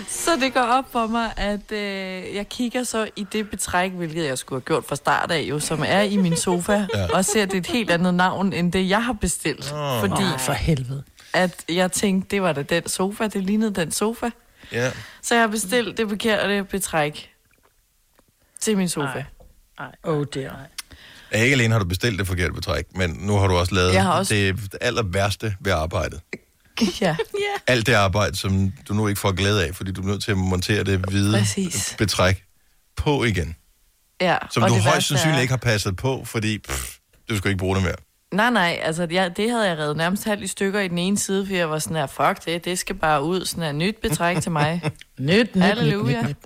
Speaker 6: Så det går op for mig, at øh, jeg kigger så i det betræk, hvilket jeg skulle have gjort fra start af, jo, som er i min sofa,
Speaker 2: Ja.
Speaker 6: ja. og ser, at det er et helt andet navn, end det, jeg har bestilt.
Speaker 2: Åh.
Speaker 6: Fordi
Speaker 2: Ej, for helvede.
Speaker 6: At jeg tænkte, det var da den sofa, det lignede den sofa.
Speaker 1: Ja.
Speaker 6: Så jeg har
Speaker 2: Mm.
Speaker 6: bestilt det forkerte betræk til min sofa.
Speaker 2: Nej, oh dear.
Speaker 1: Ja, Ikke alene har du bestilt det forkerte betræk, men nu har du også lavet
Speaker 6: Jeg har også-
Speaker 1: det aller værste ved arbejdet.
Speaker 6: Ja.
Speaker 1: Alt det arbejde, som du nu ikke får glæde af, fordi du er nødt til at montere det hvide
Speaker 6: Præcis.
Speaker 1: betræk på igen.
Speaker 6: ja.
Speaker 1: Som
Speaker 6: og
Speaker 1: du
Speaker 6: det
Speaker 1: højst
Speaker 6: værste er-
Speaker 1: sandsynligt ikke har passet på, fordi pff, du skal ikke bruge det mere.
Speaker 6: Nej, nej, altså jeg, det havde jeg reddet nærmest halvt i stykker i den ene side, for jeg var sådan her, fuck det, det skal bare ud, sådan her nyt betræk til mig.
Speaker 2: nyt,
Speaker 6: nyt, nyt, nyt,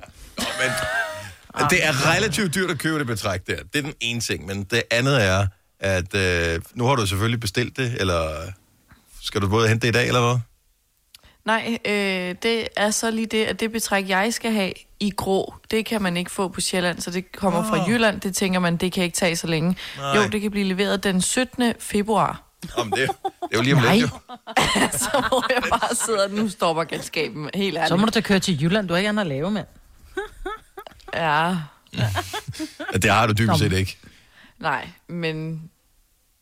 Speaker 1: Men Det er relativt dyrt at købe det betræk der. Det er den ene ting. Men det andet er, at øh, nu har du selvfølgelig bestilt det, eller skal du både hente det i dag, eller hvad?
Speaker 6: Nej, øh, det er så lige det, at det betræk, jeg skal have i grå, det kan man ikke få på Sjælland, så det kommer
Speaker 1: Åh.
Speaker 6: fra Jylland. Det tænker man, det kan ikke tage så længe.
Speaker 1: Nej.
Speaker 6: Jo, det kan blive leveret den 17. februar.
Speaker 1: Om det, det er jo lige om lidt, jo.
Speaker 6: så må jeg bare sidde, og nu stopper galskaben helt ærligt.
Speaker 2: Så må du da køre til Jylland, du har ikke andet at lave, mand.
Speaker 6: Ja,
Speaker 1: Det har du dybest set ikke.
Speaker 6: nej, men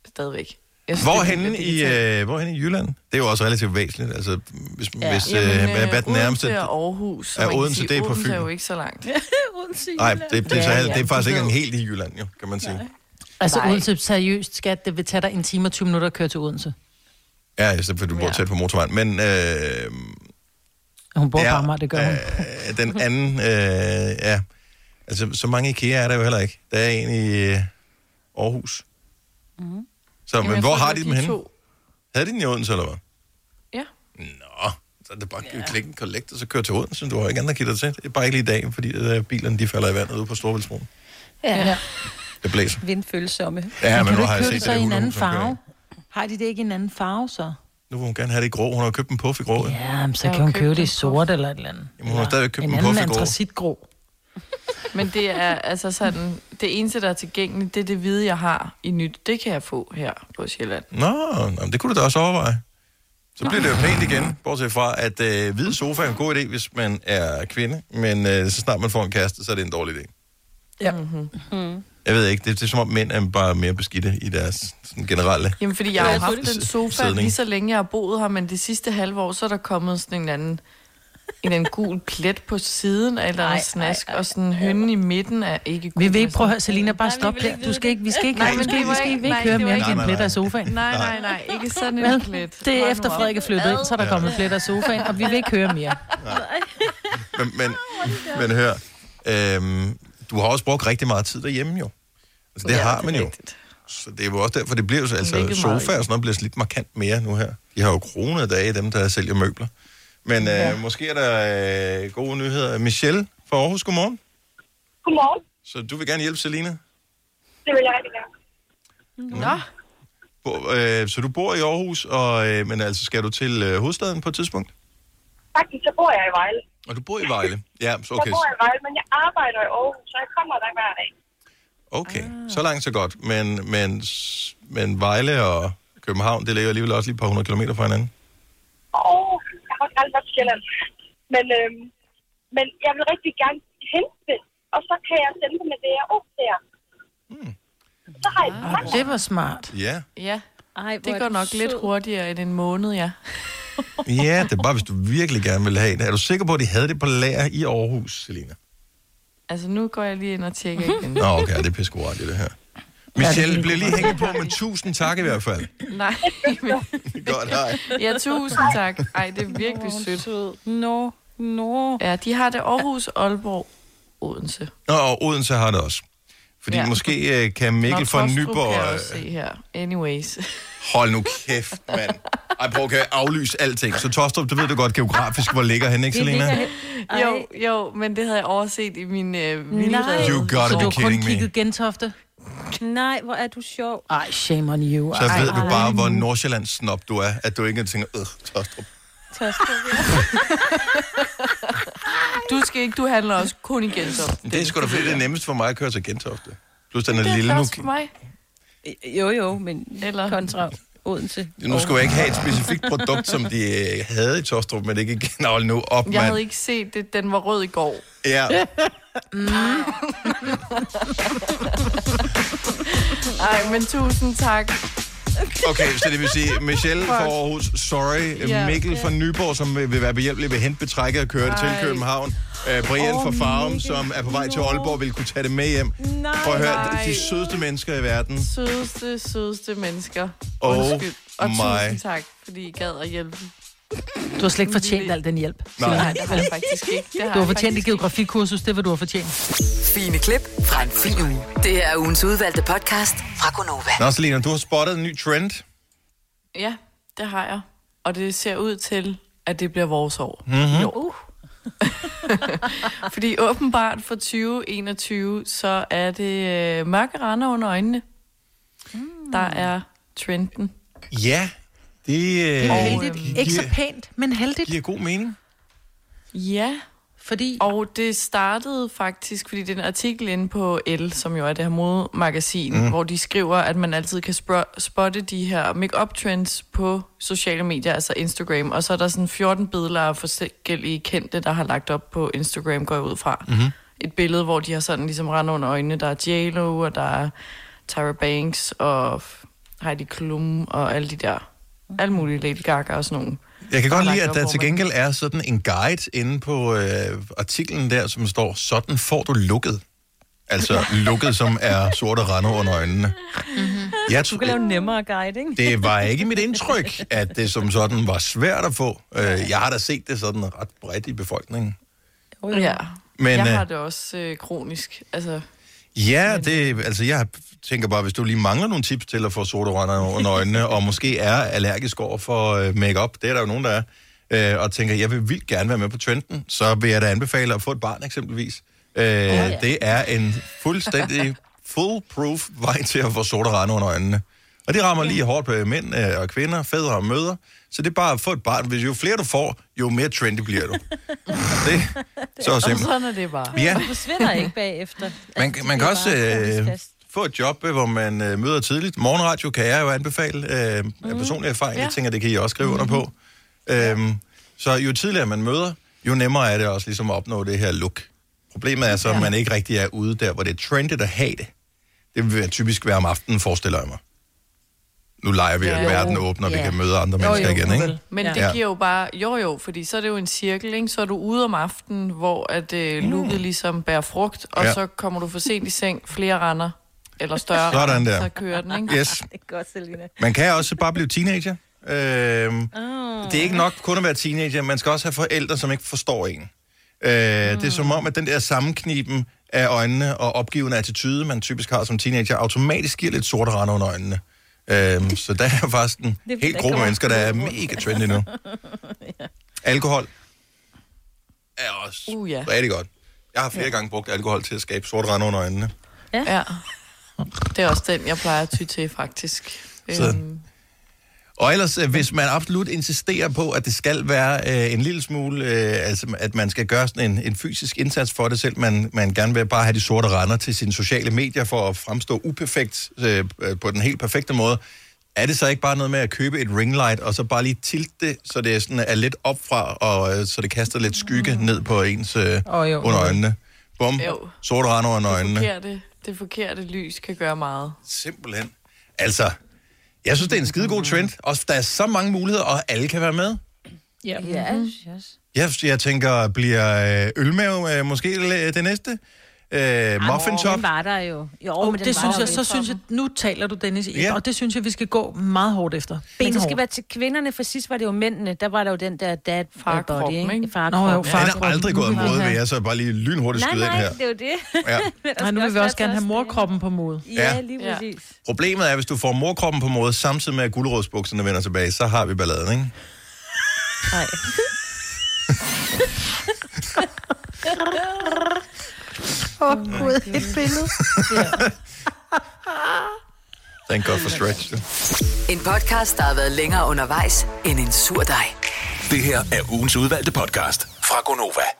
Speaker 6: stadigvæk. Jeg synes, det er
Speaker 1: Hvorhenne
Speaker 6: vildt, at
Speaker 1: i,
Speaker 6: de kan tage-
Speaker 1: øh, hvorhenne i Jylland? Det er jo også relativt væsentligt. Altså, hvis, ja. hvis øh,
Speaker 6: Jamen,
Speaker 1: hvad, hvad er den nærmeste?
Speaker 6: Odense og Aarhus. så
Speaker 1: Ja,
Speaker 6: man kan
Speaker 1: Odense,
Speaker 6: sige,
Speaker 1: det er på
Speaker 6: Odense er
Speaker 1: Fyn.
Speaker 6: jo ikke så langt.
Speaker 2: Odense
Speaker 1: Nej, det, det, er så, det er faktisk ikke engang helt i Jylland, jo, kan man sige.
Speaker 11: Altså
Speaker 2: Nej.
Speaker 11: Odense, seriøst skat, det vil tage dig en time og 20 minutter at køre til Odense.
Speaker 1: Ja, ja, så for du bor tæt på motorvejen. Men øh,
Speaker 11: Hun bor
Speaker 1: Ja,
Speaker 11: ja, på Amager, det gør hun.
Speaker 1: øh, den anden, øh, ja, altså så mange IKEA er der jo heller ikke. Der er en i øh, Aarhus.
Speaker 6: Mhm.
Speaker 1: Så,
Speaker 6: Jamen,
Speaker 1: men
Speaker 6: jeg
Speaker 1: hvor
Speaker 6: tror,
Speaker 1: har
Speaker 6: det
Speaker 1: de
Speaker 6: var
Speaker 1: dem
Speaker 6: de
Speaker 1: henne?
Speaker 6: to.
Speaker 1: Havde de den i Odense, eller hvad?
Speaker 6: Ja.
Speaker 1: Nå, så er det bare at klikke en collect, og så køre til Odense. Du har ikke andre kilder til. Det er bare ikke lige i dag, fordi øh, bilerne de falder i vandet ude på Storvældsbroen.
Speaker 5: Ja.
Speaker 1: Det blæser.
Speaker 5: Vindfølsomme.
Speaker 1: Ja, men nu har jeg
Speaker 2: købe
Speaker 1: set
Speaker 2: så
Speaker 1: det
Speaker 2: i en
Speaker 1: der
Speaker 2: anden
Speaker 1: hund, som kører.
Speaker 2: farve? Har de det ikke i en anden farve, så?
Speaker 1: Nu vil hun gerne have det i grå. Hun har købt en puff i grå. Ja.
Speaker 2: Jamen, så kan hun købe det i sort eller et eller andet.
Speaker 1: Jamen, hun har stadigvæk købt
Speaker 2: en
Speaker 1: en
Speaker 2: anden
Speaker 1: puff i grå.
Speaker 2: antracitgrå.
Speaker 6: Men det er altså sådan, det eneste, der er tilgængeligt, det er det hvide, jeg har i nyt. Det kan jeg få her på Sjælland.
Speaker 1: Nå, jamen, det kunne du da også overveje. Så bliver det jo pænt igen, bortset fra, at øh, hvide sofa er en god idé, hvis man er kvinde, men øh, så snart man får en kæreste, så er det en dårlig idé.
Speaker 2: Ja.
Speaker 6: Mhm.
Speaker 2: Mm-hmm.
Speaker 1: Jeg ved ikke, det, det er som om mænd er bare mere beskidte i deres sådan, generelle...
Speaker 6: Jamen, fordi jeg har jo
Speaker 1: øh,
Speaker 6: haft den
Speaker 1: s-
Speaker 6: sofa
Speaker 1: sidning.
Speaker 6: lige så længe, jeg har boet her, men det sidste halve år, så er der kommet sådan en anden en anden gul plet på siden af et eller andet snask, og sådan en hønne i midten er ikke gul.
Speaker 2: Vi vil ikke
Speaker 6: og
Speaker 2: prøve at
Speaker 6: sådan-
Speaker 2: høre, Selina, bare stop her. Du skal ikke, vi skal ikke,
Speaker 6: Nej,
Speaker 2: vi
Speaker 6: men
Speaker 2: skal,
Speaker 6: det
Speaker 2: ikke-
Speaker 6: var
Speaker 2: vi skal,
Speaker 6: ikke-
Speaker 2: ikke, vi
Speaker 6: nej,
Speaker 2: ikke høre
Speaker 6: det var
Speaker 2: mere
Speaker 6: ikke-
Speaker 2: end en
Speaker 6: Nej,
Speaker 2: plet
Speaker 6: nej,
Speaker 2: af sofaen.
Speaker 6: Nej, nej, nej, ikke sådan en
Speaker 2: Vel,
Speaker 6: plet.
Speaker 2: det
Speaker 6: Hold
Speaker 2: er
Speaker 6: nu
Speaker 2: efter
Speaker 6: op.
Speaker 2: Frederik er flyttet ind, så er der
Speaker 1: Ja.
Speaker 2: kommet plet af sofaen, og vi vil ikke høre mere.
Speaker 1: Men, men, men hør, øhm, du har også brugt rigtig meget tid derhjemme jo. Altså, det ja, har man jo. Så det er jo også derfor, det bliver jo så, altså,
Speaker 6: Virkelig
Speaker 1: sofaer
Speaker 6: meget.
Speaker 1: og sådan noget bliver slidt markant mere nu her. De har jo kronede dage, dem der sælger møbler. Men ja.
Speaker 12: Ja.
Speaker 1: øh, måske er der øh, gode nyheder. Michelle fra Aarhus, godmorgen.
Speaker 9: Godmorgen.
Speaker 1: Så du vil gerne hjælpe Selina.
Speaker 9: Det vil jeg rigtig gerne.
Speaker 6: Nå.
Speaker 1: Bo, øh, så du bor i Aarhus, og, øh, men altså skal du til øh, hovedstaden på et tidspunkt?
Speaker 9: Faktisk, så bor jeg i Vejle.
Speaker 1: Og du bor i Vejle? Ja, så
Speaker 9: Okay.
Speaker 1: okay.
Speaker 9: Jeg bor i Vejle, men jeg arbejder i Aarhus, så jeg kommer der hver dag.
Speaker 1: Okay, så langt så godt. Men, men, s- men Vejle og København, det ligger alligevel også lige et par hundrede kilometer fra hinanden.
Speaker 9: Åh, jeg har også aldrig været på Sjælland. Men, øhm, men jeg vil rigtig gerne hente det, og så kan jeg sende det med det, jeg opdager. Mm. Så har jeg ah,
Speaker 2: Det var smart.
Speaker 1: Ja.
Speaker 6: Ja, Ej,
Speaker 9: hvor er
Speaker 6: det går
Speaker 9: du
Speaker 6: nok lidt
Speaker 9: sød.
Speaker 6: hurtigere end en måned, ja.
Speaker 1: Ja, det er bare, hvis du virkelig gerne vil have det. Er du sikker på, at de havde det på lager i Aarhus, Selina?
Speaker 6: Altså, nu går jeg lige ind og tjekker igen.
Speaker 1: Nå, okay, ja, det er pissegodt, det her. Michelle, bliver lige hængt på med tusind tak i hvert fald.
Speaker 6: Nej, men...
Speaker 1: Godt, hej.
Speaker 6: Ja, tusind tak. Ej, det er virkelig sødt.
Speaker 5: Nå, nå.
Speaker 6: Ja, de har det Aarhus, Aalborg, Odense.
Speaker 1: Nå, og Odense har det også. Fordi ja.
Speaker 6: Ja.
Speaker 1: måske øh, kan Mikkel
Speaker 6: Nå,
Speaker 1: fra
Speaker 6: Tostrup kan jeg
Speaker 1: Nyborg... øh,
Speaker 6: også se her. Anyways.
Speaker 1: Hold nu kæft, mand. Ej, prøv at kan jeg aflyse alting. Så Tostrup, det ved du godt geografisk, hvor ligger han, ikke, Selina?
Speaker 6: Jo, jo, men det havde jeg overset i min øh, vilde
Speaker 1: You gotta
Speaker 2: så
Speaker 1: be
Speaker 2: du har kun
Speaker 1: kidding me.
Speaker 2: kigget Gentofte?
Speaker 5: Nej, hvor er du sjov.
Speaker 2: Ej, shame on you.
Speaker 1: Så
Speaker 2: Ej,
Speaker 1: ved du
Speaker 2: ej.
Speaker 1: bare, hvor Nordsjællands snob du er, at du ikke tænker, øh, Tostrup.
Speaker 6: Du skal ikke, du handler også kun i genser.
Speaker 1: Det er sgu da fordi, det er nemmest for mig at køre til Gentofte. Plus, den er, lille nu.
Speaker 6: Først for mig.
Speaker 5: Jo, jo, men Eller... kontra Odense.
Speaker 1: Nu skulle jeg ikke have et specifikt produkt, som de øh, havde i Tostrup, men ikke igen. Hold nu op,
Speaker 6: Jeg
Speaker 1: mand.
Speaker 6: havde ikke set det, den var rød i går.
Speaker 1: Ja.
Speaker 6: Mm. Ej, men tusind tak.
Speaker 1: Okay, så det vil sige, Michelle fra
Speaker 6: Fuck.
Speaker 1: Aarhus, sorry.
Speaker 6: Ja.
Speaker 1: Mikkel fra Nyborg, som vil vil være behjælpelig ved at hente betrækket og køre det til
Speaker 6: Ej.
Speaker 1: København. Øh, Brian
Speaker 6: Åh,
Speaker 1: fra Farum, som er på vej til Aalborg, vil kunne tage det med hjem.
Speaker 6: Nej.
Speaker 1: Prøv at høre,
Speaker 6: Nej.
Speaker 1: de sødeste mennesker i verden.
Speaker 6: Sødeste, sødeste mennesker.
Speaker 1: Oh
Speaker 6: Undskyld. Og
Speaker 1: my.
Speaker 6: tusind tak, fordi I gad at hjælpe.
Speaker 2: Du har slet ikke fortjent al den hjælp.
Speaker 6: Nej,
Speaker 2: Selina.
Speaker 6: Nej det har jeg faktisk ikke. Det har
Speaker 2: Du har
Speaker 6: jeg
Speaker 2: fortjent
Speaker 6: faktisk
Speaker 2: et geografikursus, det var du har fortjent.
Speaker 3: Fine klip fra en fin uge. Det her er ugens udvalgte podcast fra Gonova.
Speaker 1: Nå, Selina, du har spottet en ny trend.
Speaker 6: Ja,
Speaker 1: Mm-hmm.
Speaker 6: det har jeg. Og det ser ud til, at det bliver vores år.
Speaker 1: Mhm.
Speaker 6: Jo. Uh. Fordi åbenbart for 2021, så er det øh, mørke rande under øjnene. Mm. Der er trenden.
Speaker 1: Ja, det, øh,
Speaker 2: Det er heldigt. Ikke så
Speaker 1: giver-
Speaker 2: pænt, men heldigt.
Speaker 1: giver god mening.
Speaker 6: Ja.
Speaker 2: Fordi...
Speaker 6: Og det startede faktisk, fordi det er en artikel inde på L, som jo er det her modemagasin,
Speaker 1: Mhm.
Speaker 12: Mm.
Speaker 6: mm. hvor de skriver, at man altid kan spro- spotte de her make-up trends på sociale medier, altså Instagram. Og så er der sådan 14 billeder af forskellige kendte, der har lagt op på Instagram, går jeg ud fra.
Speaker 1: Mhm.
Speaker 12: Mm-hmm.
Speaker 6: et billede, hvor de har sådan ligesom rendt under øjnene. Der er J-Lo, og der er Tyra Banks, og Heidi Klum, og alle de der. Alle mulige Lady Gaga og sådan nogle.
Speaker 1: Jeg kan
Speaker 6: Der er
Speaker 1: godt
Speaker 6: lagt
Speaker 1: lide, at
Speaker 6: op,
Speaker 1: der
Speaker 6: hvor
Speaker 1: til
Speaker 6: man-
Speaker 1: gengæld er sådan en guide inde på øh, artiklen der, som står, sådan får du lukket. Altså lukket, som er sorte rande under øjnene.
Speaker 5: Mm-hmm.
Speaker 1: Jeg
Speaker 5: Du kan lave en nemmere guide, ikke?
Speaker 1: Det var ikke mit indtryk, at det som sådan var svært at få. Øh, Jeg har da set det sådan ret bredt i befolkningen.
Speaker 6: Ja.
Speaker 1: Men,
Speaker 6: Men, jeg
Speaker 1: øh,
Speaker 6: har det også øh, kronisk. Altså,
Speaker 1: Ja, det, altså jeg tænker bare, hvis du lige mangler nogle tips til at få sodavand under øjnene, og måske er allergisk over for øh, makeup, det er der jo nogen, der er, øh, og tænker, jeg vil vildt gerne være med på trenden, så vil jeg da anbefale at få et barn eksempelvis. Øh,
Speaker 13: ja.
Speaker 1: Det er en fuldstændig foolproof vej til at få sodavand under øjnene. Og det rammer lige hårdt på mænd øh, og kvinder, fædre og mødre. Så det er bare at få et barn. Hvis jo flere du får, jo mere trendy bliver du. det, så er
Speaker 6: og
Speaker 1: simpelt.
Speaker 6: sådan er det bare.
Speaker 1: Ja.
Speaker 5: Du forsvinder ikke bagefter.
Speaker 1: Man,
Speaker 6: Altså,
Speaker 1: man kan også øh, få et job, øh, hvor man øh, møder tidligt. Morgenradio kan jeg jo anbefale øh,
Speaker 6: Mhm.
Speaker 1: af personlig erfaring. Ja. Jeg tænker, det kan I også skrive under på. Øhm, så jo tidligere man møder, jo nemmere er det også ligesom at opnå det her look. Problemet er så, at man ikke rigtig er ude der, hvor det er trendet at have det. Det vil typisk være om aftenen, forestiller jeg mig. Nu leger vi, at
Speaker 6: Ja.
Speaker 1: verden åbner, og vi
Speaker 6: Ja.
Speaker 1: kan møde andre
Speaker 6: Jo,
Speaker 1: mennesker
Speaker 6: jo,
Speaker 1: igen, ikke?
Speaker 6: vel. Men ja. det giver jo bare, jo jo, fordi så er det jo en cirkel, ikke? Så er du ude om aftenen, hvor at øh, lukket ligesom bærer frugt, og
Speaker 1: Ja.
Speaker 6: ja. så kommer du for sent i seng, flere render, eller større
Speaker 1: Sådan
Speaker 6: render,
Speaker 1: der.
Speaker 6: så kører den, ikke?
Speaker 1: Yes. Det
Speaker 5: er godt, Selina.
Speaker 1: Man kan også bare blive teenager. Øhm,
Speaker 5: Oh.
Speaker 6: Ah.
Speaker 1: Det er ikke nok kun at være teenager, man skal også have forældre, som ikke forstår en. Øh, Det er som om, at den der sammenkniben af øjnene og opgivende attitude, man typisk har som teenager, automatisk giver lidt sorte rande under øjnene. Øhm, så der er faktisk en
Speaker 5: Det er,
Speaker 1: hel
Speaker 5: der
Speaker 1: gruppe
Speaker 5: kommer-
Speaker 1: mennesker, der er mega trendy nu. Alkohol er også
Speaker 6: Uh, ja.
Speaker 1: rigtig godt. Jeg har flere gange brugt alkohol til at skabe sorte rande under øjnene.
Speaker 6: Ja. ja. Det er også den, jeg plejer at ty til, faktisk. Øh,
Speaker 1: Så. Og ellers, øh, hvis man absolut insisterer på, at det skal være øh, en lille smule, øh, altså at man skal gøre sådan en, en fysisk indsats for det selv, man, man gerne vil bare have de sorte render til sine sociale medier for at fremstå uperfekt øh, øh, på den helt perfekte måde, er det så ikke bare noget med at købe et ringlight, og så bare lige tilte det, så det sådan er lidt opfra, og øh, så det kaster lidt skygge ned på ens øh,
Speaker 6: Åh, jo.
Speaker 1: under øjnene? Bum,
Speaker 6: Jo.
Speaker 1: sorte render under
Speaker 6: Det
Speaker 1: øjnene.
Speaker 6: forkerte, det forkerte lys kan gøre meget.
Speaker 1: Simpelthen. Altså, jeg synes, det er en skide god trend. Også der er så mange muligheder, og alle kan være med.
Speaker 2: Ja. mm-hmm.
Speaker 5: yes.
Speaker 1: Jeg, jeg tænker, bliver øh, ølmave øh, måske øh, det næste? Øh, muffin top?
Speaker 5: Den var der jo. Jo,
Speaker 2: Og
Speaker 5: men
Speaker 2: det
Speaker 5: den var
Speaker 2: synes jeg,
Speaker 5: der jo
Speaker 2: så
Speaker 5: ikke for
Speaker 2: synes jeg,
Speaker 5: dem.
Speaker 2: nu taler du, Dennis,
Speaker 5: Ja.
Speaker 2: ja. og det synes jeg, vi skal gå meget hårdt efter.
Speaker 5: Men det skal
Speaker 2: Benhårdt.
Speaker 5: være til kvinderne, for sidst var det jo mændene. Der var der jo den der dad far body,
Speaker 2: Farkroppen,
Speaker 5: ikke?
Speaker 2: ikke?
Speaker 5: Farkroppen.
Speaker 2: Nå, jo,
Speaker 1: Den er aldrig gået af
Speaker 2: Mhm.
Speaker 1: mode, vil jeg så bare lige lynhurtigt
Speaker 5: Nej,
Speaker 1: skyde ind her.
Speaker 5: nej, det er jo det.
Speaker 1: Ja.
Speaker 2: Nej, nu vil vi også gerne have morkroppen på mode.
Speaker 1: Ja, Ja.
Speaker 5: lige
Speaker 6: præcis.
Speaker 1: Problemet er, hvis du får morkroppen på mode, samtidig med at gulerodsbukserne vender tilbage, så har vi balladen, ikke?
Speaker 5: Nej.
Speaker 2: Åh, oh, gud, et billede.
Speaker 1: Thank God for stretch. du.
Speaker 3: En podcast, der har været længere undervejs end en sur dej.
Speaker 4: Det her er ugens udvalgte podcast fra Gonova.